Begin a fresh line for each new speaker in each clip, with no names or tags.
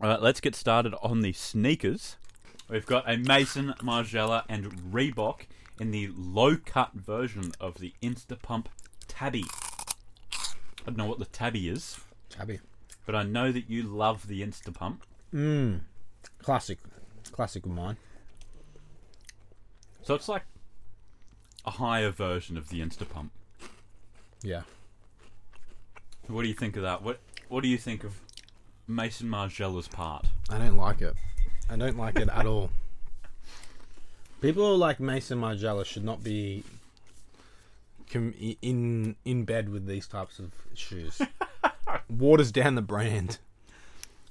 All right, let's get started on the sneakers. We've got a Mason, Margiela, and Reebok in the low cut version of the Instapump Tabby. I don't know what the Tabby is,
Tabby.
but I know that you love the Instapump.
Classic. Classic of mine.
So it's like a higher version of the Instapump.
Yeah.
What do you think of that? What What do you think of Mason Margiela's part?
I don't like it. I don't like it at all. People like Mason Margiela should not be com- i- in in bed with these types of shoes. Waters down the brand.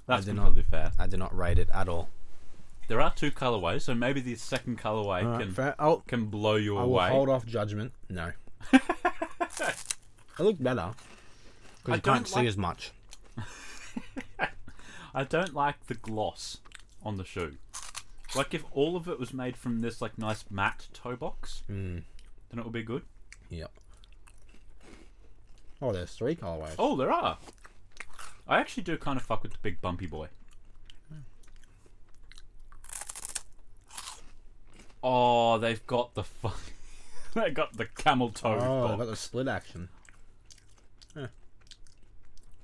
That's
do not-
completely fair.
I do not rate it at all.
There are two colorways, so maybe the second colorway
All right,
can
fair- I'll-
can blow you
I will
away.
hold off judgment. No. I look better
I
because you
don't
can't see
like-
as much.
I don't like the gloss on the shoe. Like if all of it was made from this like nice matte toe box, then it would be good.
Yep. Oh, there's three colorways.
Oh, there are. I actually do kind of fuck with the big bumpy boy. Oh, they've got the fuck. they got the camel toe
Oh, I
box.
got the split action.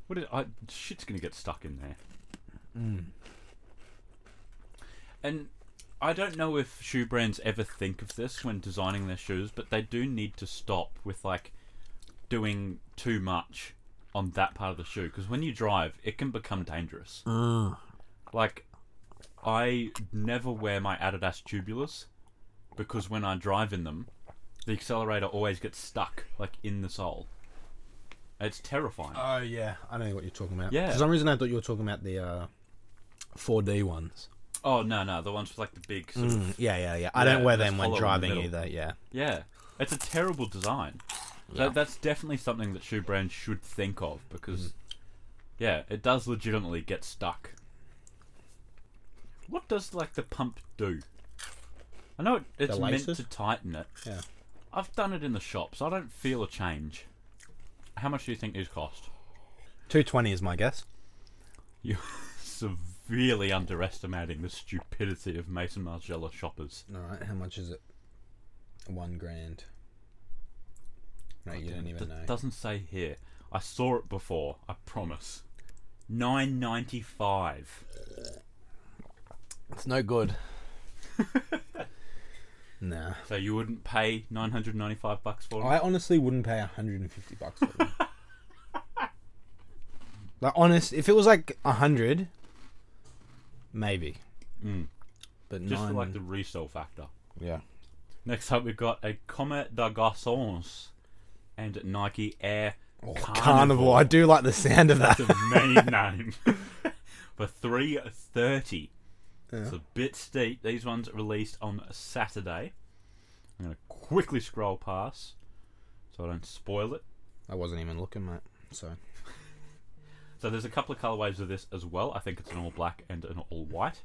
What is I, shit's gonna get stuck in there. And I don't know if shoe brands ever think of this when designing their shoes, but they do need to stop with like doing too much on that part of the shoe because when you drive, it can become dangerous. Like I never wear my Adidas Tubulars because when I drive in them, the accelerator always gets stuck like in the sole. It's terrifying.
Oh yeah, I know what you're talking about.
Yeah.
For some reason, I thought you were talking about the uh, 4D ones.
Oh no, no, the ones with like the big. Sort of,
Yeah, yeah, yeah. I
Yeah,
don't wear
that's
them when
hollow in the
driving
middle.
either. Yeah.
yeah, it's a terrible design. That, that's definitely something that shoe brands should think of
Mm.
because, yeah, it does legitimately get stuck. What does like the pump do? I know it, it's meant
laces?
to tighten it.
Yeah.
I've done it in the shops. I don't feel a change. How much do you think these cost?
220 is my guess.
You're severely underestimating the stupidity of Mason Margiela shoppers.
All right, how much is it? One grand. No, you don't even
It
know.
doesn't say here. I saw it before. I promise. Nine ninety five.
It's no good. nah.
So you wouldn't pay nine hundred ninety five bucks for them?
I honestly wouldn't pay 150 bucks for them. like, honest, if it was like 100, maybe. Mm. But
Just
nine,
for like the resale factor.
yeah.
Next up, we've got a Comet de Garçons and Nike Air Carnival.
Oh, Carnival. I do like the sound of that.
It's a mean name for three thirty. It's a bit steep. These ones released on Saturday. I'm gonna quickly scroll past so I don't spoil it.
I wasn't even looking, mate. So
So there's a couple of colorways of this as well. I think it's an all black and an all white.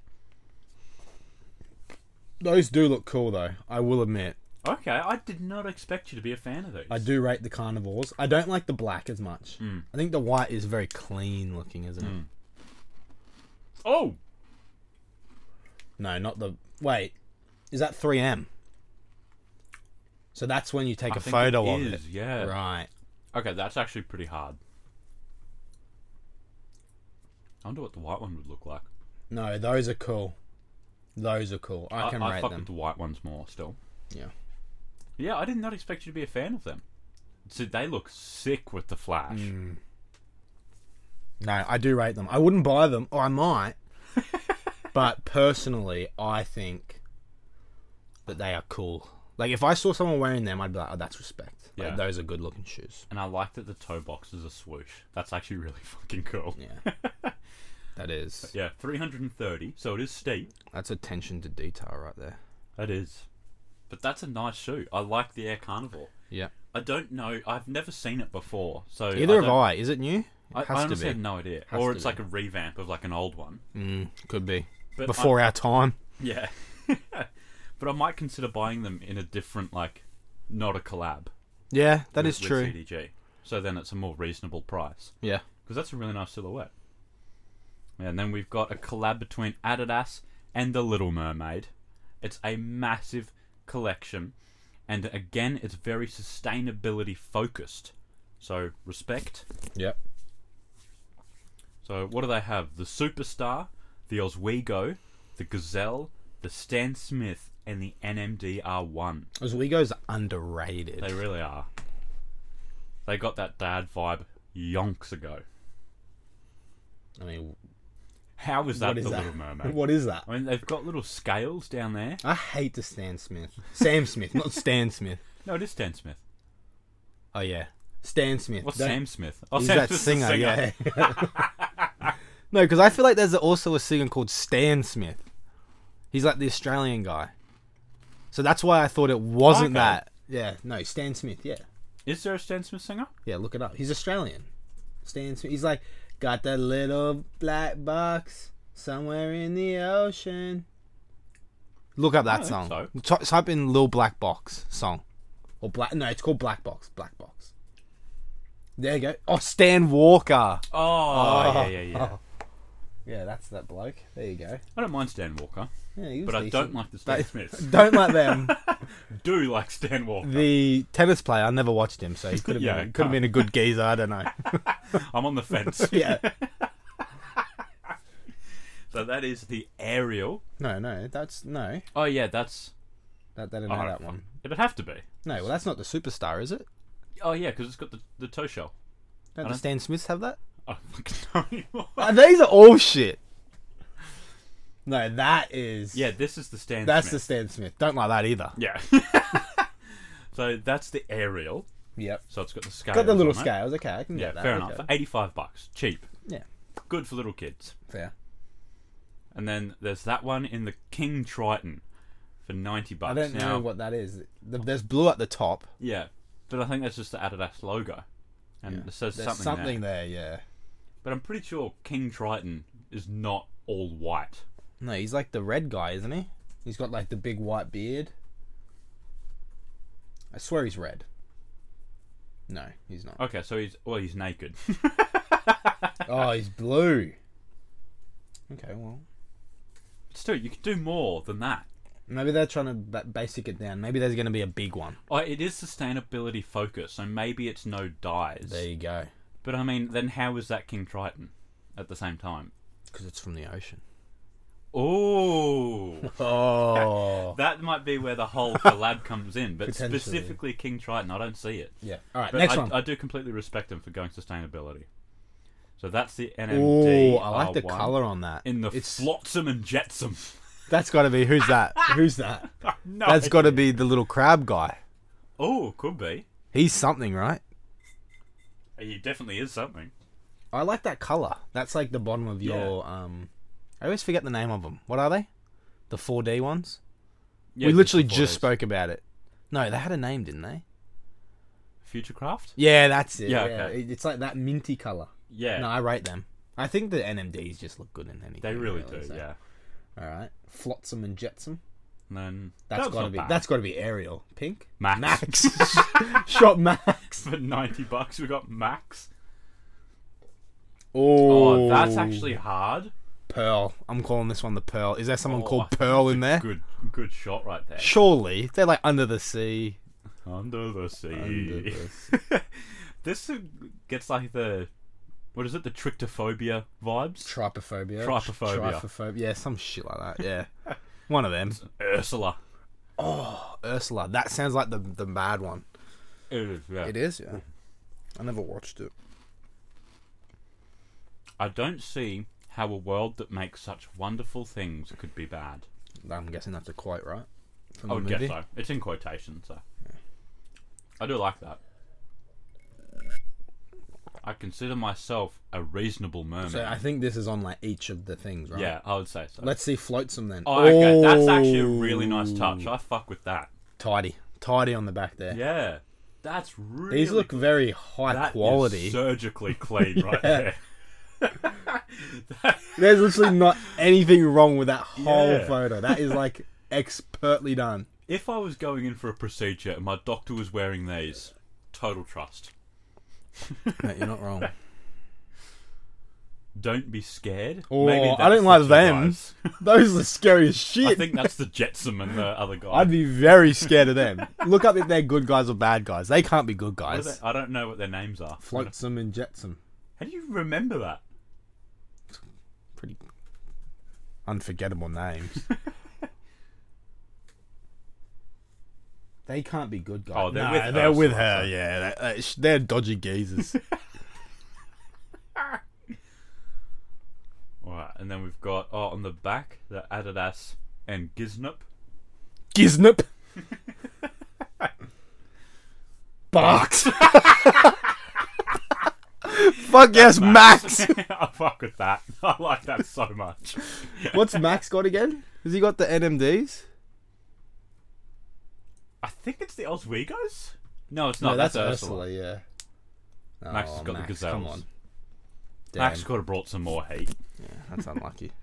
those do look cool, though. I will admit,
Okay, I did not expect you to be a fan of these.
I do rate the carnivores. I don't like the black as much.
Mm.
I think the white is very clean looking, isn't it?
Oh,
No, not the. Wait, is that 3M? So that's when you take
I
a
think
photo
it is,
of it,
yeah.
Right.
okay, that's actually pretty hard. I wonder what the white one would look like.
No, those are cool. Those are cool. I can
I,
rate
fuck
them.
with the white ones more still.
Yeah.
Yeah, I did not expect you to be a fan of them. So they look sick with the flash.
Mm. No, I do rate them. I wouldn't buy them, or I might. but personally, I think that they are cool. Like if I saw someone wearing them, I'd be like, "Oh, that's respect." Like,
Yeah.
those are good looking shoes.
And I like that the toe box is a swoosh. That's actually really fucking cool.
Yeah, that is.
Yeah, 330, so it is steep.
That's attention to detail right there.
It is. But that's a nice shoe. I like the Air Carnival.
Yeah.
I don't know. I've never seen it before. So
Either have
don't-
I. Is it new? It
I, I honestly have no idea.
Has
or
to
it's
be.
like a revamp of like an old one.
Mm, could be.
But
Before our time.
Yeah. but I might consider buying them in a different like, not a collab.
Yeah, that is
with
true.
CDG. So then it's a more reasonable price
Yeah.
because that's a really nice silhouette. And then we've got a collab between Adidas and The Little Mermaid. It's a massive collection, and again, it's very sustainability focused. So respect.
Yep.
So what do they have? The Superstar, the Oswego, the Gazelle, the Stan Smith, and the NMDR one.
Oswego's underrated.
They really are. They got that dad vibe yonks ago.
I mean,
How is that
what is
the
that?
Little Mermaid?
What is that?
I mean, they've got little scales down there.
I hate the Stan Smith. Sam Smith, not Stan Smith.
No, it is Stan Smith.
Oh yeah, Stan Smith.
What's
Don't-
Sam Smith? Oh,
He's
Sam
that
Smith's the
singer, yeah. no, because I feel like there's also a singer called Stan Smith. He's like the Australian guy. So that's why I thought it wasn't
Okay.
that. Yeah, no, Stan Smith. Yeah,
Is there a Stan Smith singer?
yeah. Look it up. He's Australian. Stan Smith. He's like got that little black box somewhere in the ocean. Oh, Look up that
I
song.
don't
Ty- type in "Little Black Box" song, or black. No, it's called Black Box. Black Box. There you go. Oh, Stan Walker.
Oh, yeah, yeah, yeah.
Yeah, that's that bloke. There you go.
I don't mind Stan Walker,
Yeah, he was
but I
decent.
don't like the Stan
But-
Smiths.
Don't like them.
Do like Stan Walker.
the tennis player. I never watched him, so he could have
Yeah,
been could
can't.
have been a good geezer. I don't know.
I'm on the fence.
yeah.
So that is the Ariel.
No, no, that's no.
Oh yeah, that's
That they didn't
Oh,
know
no,
that one.
it'd have to be.
No, well, that's not the superstar, is it?
Oh yeah, because it's got the the toe shell.
Don't the
don't- Ah,
Stan Smiths have that?
I don't fucking know anymore.
Uh, these are all shit. No, that is.
Yeah, this is the Stan.
that's the
Smith.
Stan Smith. Don't like that either.
yeah. so that's the Ariel.
Yep.
So it's got the scale.
Got the little scales. Okay, I can
Yeah,
get that.
fair
okay.
enough. For eighty-five bucks, cheap.
Yeah.
Good for little kids.
Fair.
And then there's that one in the King Triton for ninety bucks.
I don't
now,
know what that is. The- There's blue at the top.
Yeah, but I think that's just the Adidas logo, and
Yeah.
it says
There's
something,
something
there.
there, yeah.
But I'm pretty sure King Triton is not all white.
No, he's like the red guy, isn't he? He's got like the big white beard. I swear he's red. No, he's not.
Okay, so he's well, he's naked.
oh, he's blue. Okay, well,
Still, you could do more than that.
maybe they're trying to ba- basic it down. Maybe there's going to be a big one.
Oh, it is sustainability focused, so maybe it's no dyes.
There you go.
But I mean, then how is that King Triton at the same time?
Because it's from the ocean.
Oh,
Oh.
that might be where the whole collab comes in. But
Potentially.
specifically King Triton, I don't see it.
yeah. All right,
But
next
I,
one.
I do completely respect them for going sustainability. So that's the NMD.
Oh, I like the
R1
color on that.
in the
it's
flotsam and jetsam.
that's got to be who's that? who's that?
no,
That's got to be the little crab guy.
Oh, could be.
He's something, right?
He definitely is something.
I like that color. That's like the bottom of
Yeah.
your. um I always forget the name of them. What are they? The 4D ones.
Yeah,
we literally
before
just
those.
spoke about it. No, they had a name, didn't they?
Futurecraft.
Yeah, that's it.
Yeah,
Yeah,
okay.
It- it's like that minty color.
Yeah,
No, I rate them. I think the NMDs just look good in anything.
they really do.
so-
Yeah.
All right, flotsam and jetsam.
And then
That's
that was
gotta
not
be.
bad.
That's gotta be Ariel. Pink.
Max.
Max. Shot Max.
for ninety bucks. We got Max.
Oh,
Oh, that's actually hard.
Pearl. I'm calling this one the Pearl. Is there someone
Oh, I
called
think
Pearl in there?
Good, good shot right there.
Surely they're like under the sea.
Under the sea.
Under the
this gets like the what is it? The trictophobia vibes.
Trypophobia.
Trypophobia.
Trypophobia. Yeah, some shit like that. Yeah. one of them.
Ursula.
Ursula. That sounds like the the mad one.
It is, yeah.
is, yeah. I never watched it.
I don't see how a world that makes such wonderful things could be bad.
I'm guessing that's a quote, right? From
I would guess so. It's in quotation, so. I do like that. I consider myself a reasonable mermaid.
So I think this is on like each of the things, right?
yeah, I would say so.
Let's Oh. see floatsam then.
oh, okay. That's actually a really nice touch. I fuck with that.
Tidy. Tidy on the back there.
Yeah. That's really
These look very high
that is
quality.
surgically clean right there.
There's literally not anything wrong with that whole
Yeah.
photo. That is like expertly done.
If I was going in for a procedure and my doctor was wearing these, total trust.
Mate, you're not wrong.
Don't be scared.
Oh,
Maybe
I
that's
don't
the
like
two
them.
guys.
Those are scary as shit.
I think that's the Jetsam and the other guy.
I'd be very scared of them. Look up if they're good guys or bad guys. They can't be good
What are
guys.
they- I don't know what their names are.
Flotsam and Jetsam.
How do you remember that?
Pretty unforgettable names. they can't be good guys.
Oh, they're
No,
with her,
They're with
so-
her, yeah. They- they- sh- They're dodgy geezers.
All right, and then we've got oh on the back the Adidas and Giznip.
Giznip. Barks. Fuck yes, Max.
I fuck with that. I like that so much.
What's Max got again? Has he got the NMDs?
I think it's the Oswego's. No, it's
No,
not.
that's,
that's,
Ursula.
Ursula.
yeah.
Max has got the gazelles.
Come on. Damn,
Max could have brought some more heat.
that's unlucky.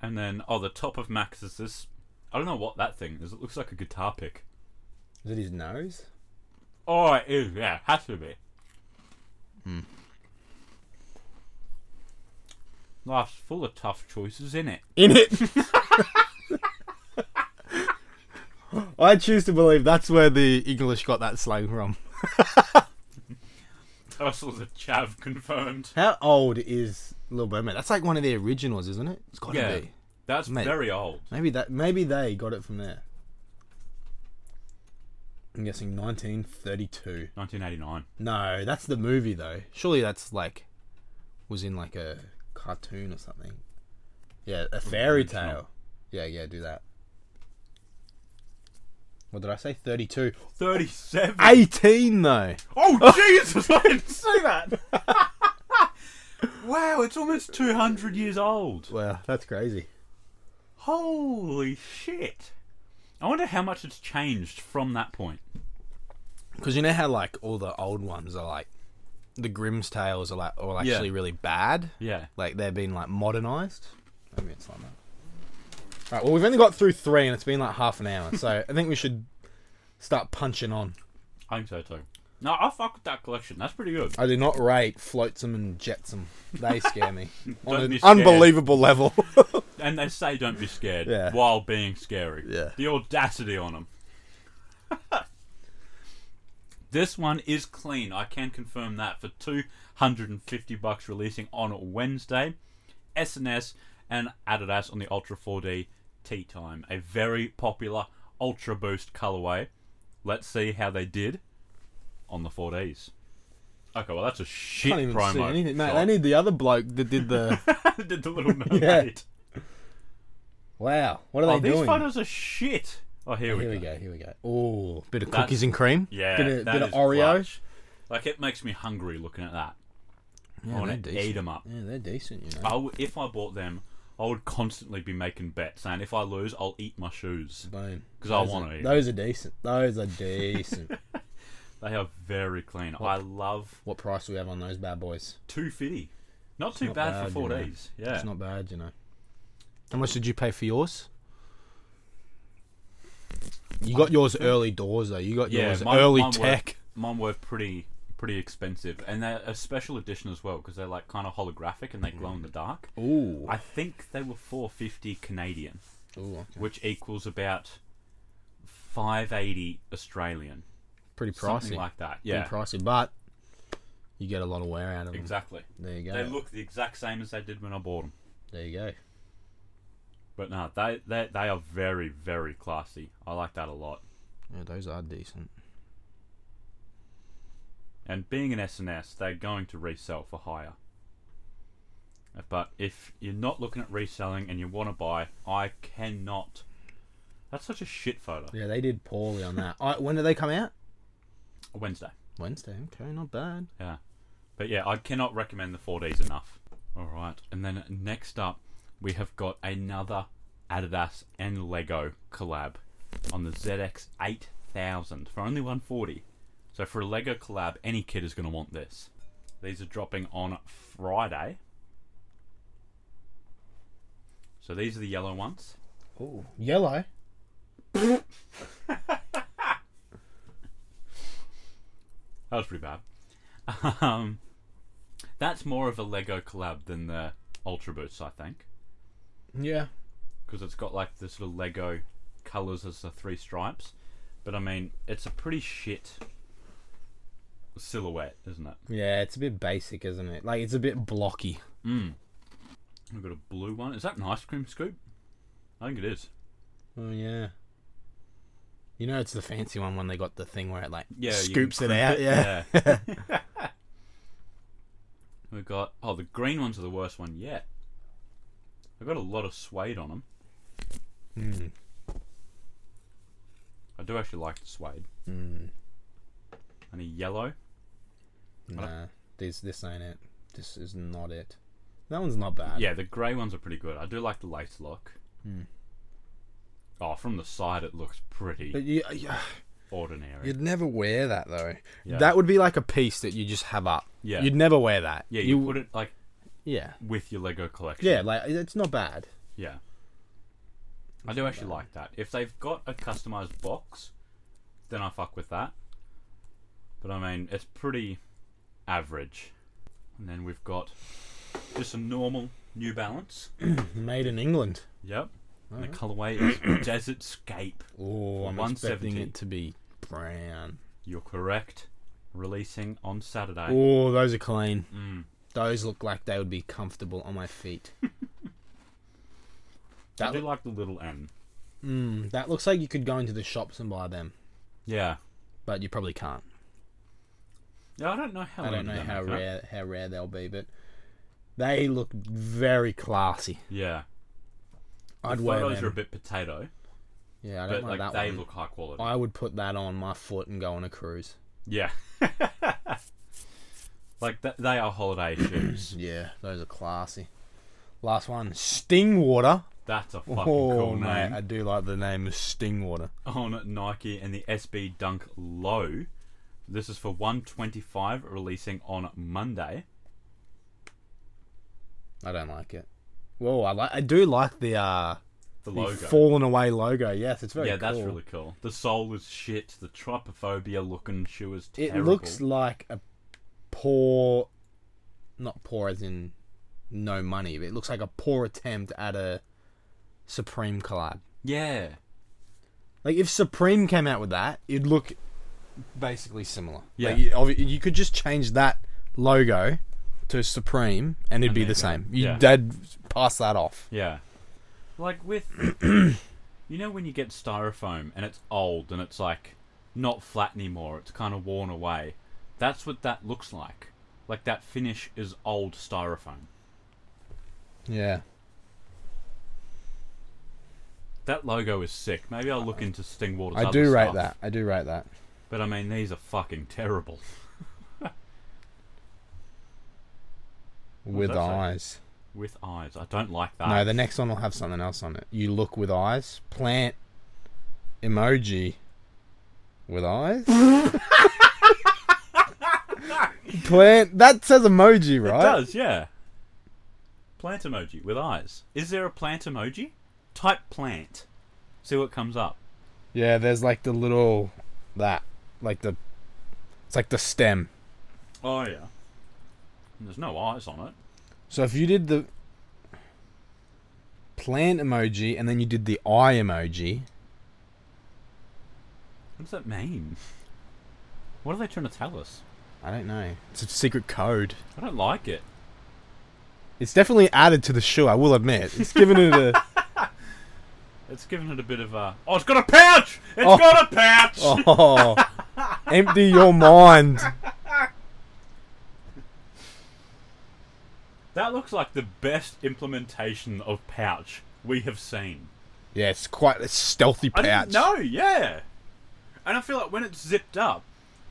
And then oh, the top of Max is this. I don't know what that thing is. It looks like a guitar pick.
Is it his nose?
Oh, it is. Yeah, has to be. Life's full of tough choices, in it?
In it. I choose to believe that's where the English got that slang from.
Ursula's a chav confirmed.
How old is Little Mermaid? That's like one of the originals, isn't it? It's got to
Yeah.
be.
That's
Mate.
very old.
Maybe that. Maybe they got it from there. I'm guessing 1932.
1989.
No, that's the movie though. Surely that's like was in like a cartoon or something. Yeah, a fairy
original.
tale. Yeah, yeah, do that. What did I say? 32.
37.
18 though.
Oh, Jesus! I didn't see that!
that.
Wow, it's almost 200 years old.
wow, that's crazy.
Holy shit. I wonder how much it's changed from that point.
Because you know how like all the old ones are like the Grimm's tales are like all
Yeah.
actually really bad.
Yeah.
Like they're being like modernized. Maybe it's like that. All right. Well, we've only got through three, and it's been like half an hour. So I think we should start punching on.
I think so too. No, I fuck with that collection. That's pretty good.
I do not rate Flotsam and Jetsam. They scare me on
Don't
an
be scared.
unbelievable level.
And they say don't be scared
Yeah.
while being scary.
Yeah.
The audacity on them. this one is clean. I can confirm that for 250 bucks releasing on Wednesday. SNS and Adidas on the Ultra 4D Tea Time, a very popular Ultra Boost colorway. Let's see how they did on the 4Ds. Okay, well that's a shit
Can't even
promo.
see anything, mate.
shot.
They need the other bloke that did the.
did the little mermaid.
wow, what are
Oh,
they
these
doing?
photos are shit. Oh, here,
Here
we,
we
go.
go. Here we go. Oh, bit of
That's-
cookies and cream.
Yeah,
bit of,
that
bit of
is
Oreo.
clutch. Like it makes me hungry looking at that.
Yeah,
I
they're
want to
decent.
eat Uh, them up.
Yeah, they're decent. You know,
I w- if I bought them, I would constantly be making bets, saying if I lose, I'll eat my shoes
boom.
because I
Those
want
are-
to eat.
Those are decent. Those are decent.
They are very clean. I love
what price do we have on those bad boys?
two fifty. Not too
not
bad,
bad,
for four
you know.
days. Yeah,
It's not bad, you know. How much did you pay for yours? You got yours early doors though. You got
yeah.
yours
mine-
early
mine were-
tech.
mine were pretty pretty expensive, and they're a special edition as well because they're like kind of holographic and they glow in
Mm.
the dark.
Ooh.
I think they were four fifty Canadian.
Ooh, okay.
which equals about 580 Australian.
pretty pricey.
Something like that. Yeah.
Pretty pricey, but you get a lot of wear out of them.
Exactly.
There you go.
They look the exact same as they did when I bought them.
there you go.
But no, they, they they are very very classy. I like that a lot.
Yeah, those are decent.
And being an SNS, they're going to resell for higher. But if you're not looking at reselling and you want to buy, I cannot. That's such a shit photo.
Yeah, they did poorly on that. I, when do they come out?
Wednesday.
Wednesday. Okay, not bad.
Yeah. But yeah, I cannot recommend the 4Ds enough. All right. And then next up, we have got another Adidas and Lego collab on the ZX 8000 for only 140. So for a Lego collab, any kid is going to want this. These are dropping on Friday. So these are the yellow ones.
Ooh, yellow.
That was pretty bad. Um, That's more of a Lego collab than the Ultra Boosts, I think,
Yeah.
because it's got like the sort of Lego colors as the three stripes. But I mean, it's a pretty shit silhouette, isn't it?
Yeah, it's a bit basic, isn't it? Like it's a bit blocky.
Mm. We've got a blue one. Is that an ice cream scoop? I think it is.
Oh yeah. You know, it's the fancy one when they got the thing where it like
Yeah, you can
scoops it
crimp
out. yeah.
yeah. We've got oh the green ones are the worst one yet. I've got a lot of suede on them.
Mm.
I do actually like the suede.
Mm.
And a yellow.
Nah, this this ain't it. This is not it. That one's not bad.
Yeah, the grey ones are pretty good. I do like the lace look.
Mm.
Oh, from the side it looks pretty
But you, uh, yeah,
ordinary.
you'd never wear that though.
Yeah.
That would be like a piece that you just have up.
Yeah.
You'd never wear that.
yeah, you, put it like
Yeah.
with your Lego collection.
Yeah, like it's not bad.
Yeah. I do actually like that. If they've got a customized box, then I fuck with that. But I mean, it's pretty average. And then we've got just a normal New Balance.
Made in England.
Yep. And the colorway is Desert Scape.
Oh, I'm expecting
170.
it to be brown.
You're correct. Releasing on Saturday.
Oh, those are clean.
Mm.
Those look like they would be comfortable on my feet.
I
that,
do
loo-
like the little N.
mm, that looks like you could go into the shops and buy them,
Yeah.
but you probably can't.
Yeah, I don't know how.
I
they
don't
do
know
that,
how
okay?
rare how rare they'll be, but they look very classy.
Yeah.
I'd
the
wear
photos are a
them.
bit potato,
Yeah, I
but
don't
like
like that
they
one.
look high quality.
I would put that on my foot and go on a cruise.
Yeah. like th- they are holiday shoes.
Yeah, those are classy. Last one, Stingwater.
That's a fucking
Oh,
cool
mate, I
name.
do like the name of Stingwater.
On Nike and the SB Dunk Low. This is for 125 releasing on Monday.
I don't like it. Whoa, I like. I do like the uh,
The
the
logo.
fallen away logo. Yes, it's very.
yeah, that's
cool.
really cool. The sole is shit. The trypophobia looking shoe is
It
terrible.
looks like a poor, not poor as in no money, but it looks like a poor attempt at a Supreme collab.
yeah.
Like if Supreme came out with that, it'd look basically similar.
Yeah.
like, you, obvi- you could just change that logo to Supreme, and it'd
And
be
there
the
you go.
same. You,
Yeah.
They'd pass that off.
Yeah. Like with you know when you get styrofoam and it's old and it's like not flat anymore, it's kind of worn away. That's what that looks like. Like that finish is old styrofoam.
Yeah,
That logo is sick. Maybe I'll look into Stingwater's
Uh, I
other
do rate
stuff.
that. I do rate that.
But I mean these are fucking terrible.
With
that say?
eyes.
With eyes. I don't like that.
No, the next one will have something else on it. You look with eyes. Plant emoji with eyes. Plant that says emoji,
it
right?
does, yeah. Plant emoji with eyes. Is there a plant emoji? Type plant. See what comes up.
Yeah, there's like the little that, like the, it's like the stem.
Oh yeah. And there's no eyes on it.
So if you did the plant emoji and then you did the eye emoji,
What does that mean? What are they trying to tell us?
I don't know. It's a secret code.
I don't like it.
It's definitely added to the shoe. I will admit. It's given it a.
It's giving it a bit of a. Oh, it's got a pouch! It's
Oh.
got a pouch!
Oh, empty your mind.
That looks like the best implementation of pouch we have seen.
Yeah, it's quite a stealthy
I
pouch.
didn't know, yeah! And I feel like when it's zipped up,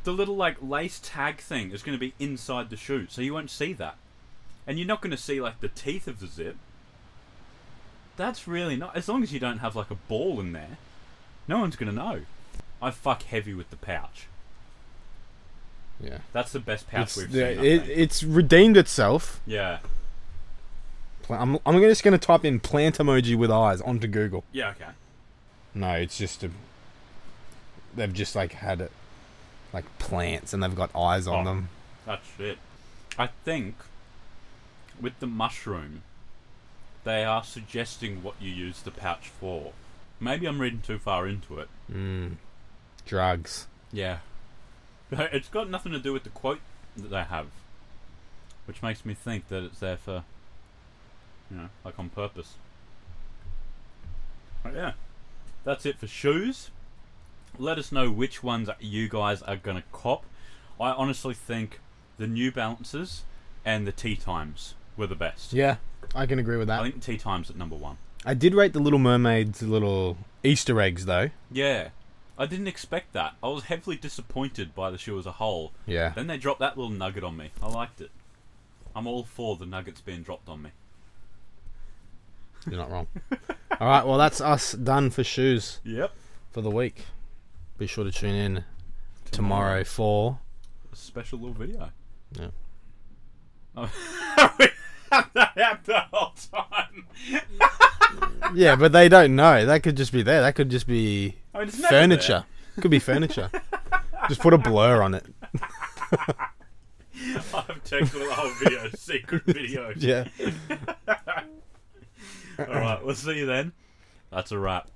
the little, like, lace tag thing is going to be inside the shoe, so you won't see that. And you're not going to see, like, the teeth of the zip. That's really not. As long as you don't have, like, a ball in there, no one's going to know. I fuck heavy with the pouch.
Yeah,
That's the best pouch
it's,
we've
yeah,
seen. I
it,
think.
it's redeemed itself.
yeah.
Pla- I'm, I'm just gonna type in plant emoji with eyes onto Google.
Yeah, okay.
No, it's just a. They've just like had it, like plants, and they've got eyes on
Oh.
them.
That's it. I think with the mushroom, they are suggesting what you use the pouch for. Maybe I'm reading too far into it.
Mm. Drugs.
Yeah. It's got nothing to do with the quote that they have, which makes me think that it's there for, you know, like on purpose. But yeah. That's it for shoes. Let us know which ones you guys are going to cop. I honestly think the New Balances and the Tea Times were the best.
Yeah, I can agree with
I
that.
think Tea Times at number one.
I did rate the Little Mermaid's little Easter eggs though.
Yeah. I didn't expect that. I was heavily disappointed by the shoe as a whole.
Yeah.
Then they dropped that little nugget on me. I liked it. I'm all for the nuggets being dropped on me.
You're not wrong. All right, well that's us done for shoes
Yep.
for the week. Be sure to tune in tomorrow for
A special little video.
Yeah.
Oh. we had that out the whole time.
Yeah, but they don't know. That could just be there. That could just be
I mean, it's never
furniture. Could be furniture. just put a blur on it.
there. I've taken the whole video, secret video.
Yeah.
All right, we'll see you then. That's a wrap.